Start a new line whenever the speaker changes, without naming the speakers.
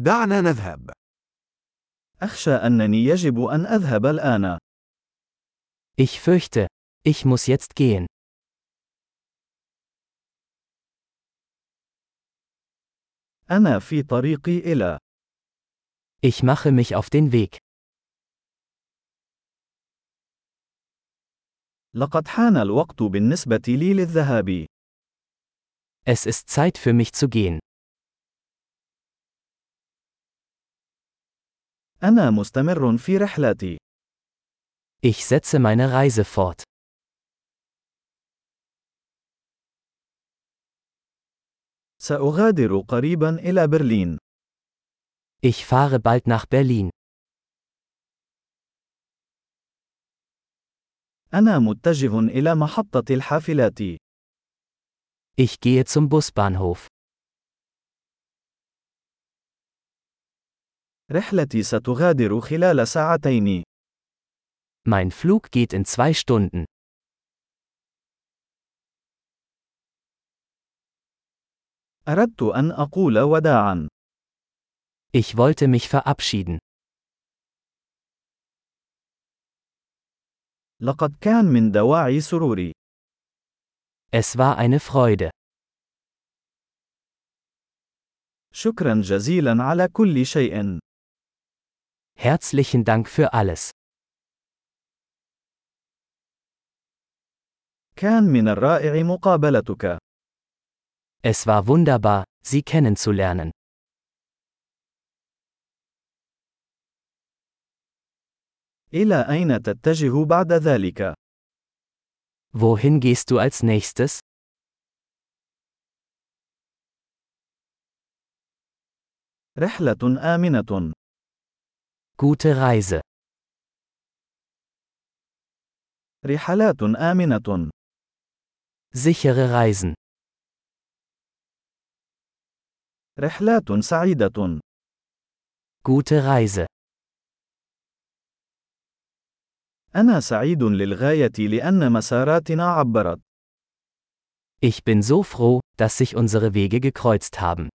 دعنا نذهب.
أخشى أنني يجب أن أذهب الآن.
Ich fürchte, ich muss jetzt gehen.
أنا في طريقي إلى.
Ich mache mich auf den Weg.
لقد حان الوقت بالنسبة لي للذهاب.
Es ist Zeit für mich zu gehen.
أنا مستمر في رحلتي.
Ich setze meine Reise fort.
سأغادر قريبا إلى برلين.
Ich fahre bald nach Berlin.
أنا متجه إلى محطة الحافلات.
Ich gehe zum Busbahnhof.
رحلتي ستغادر خلال ساعتين.
Mein Flug geht in zwei Stunden.
أردت أن أقول وداعاً.
Ich wollte mich verabschieden.
لقد كان من دواعي سروري.
Es war eine Freude.
شكرا جزيلا على كل شيء.
Herzlichen Dank für alles.
كان من الرائع مقابلتك.
Es war wunderbar, Sie kennenzulernen.
إلى أين تتجه بعد ذلك؟
Wohin gehst du als nächstes?
رحلة آمنة.
Gute Reise.
رحلات آمنة.
Sichere Reisen.
رحلات سعيدة.
Gute Reise.
أنا سعيد للغاية لأن مساراتنا عبرت.
Ich bin so froh, dass sich unsere Wege gekreuzt haben.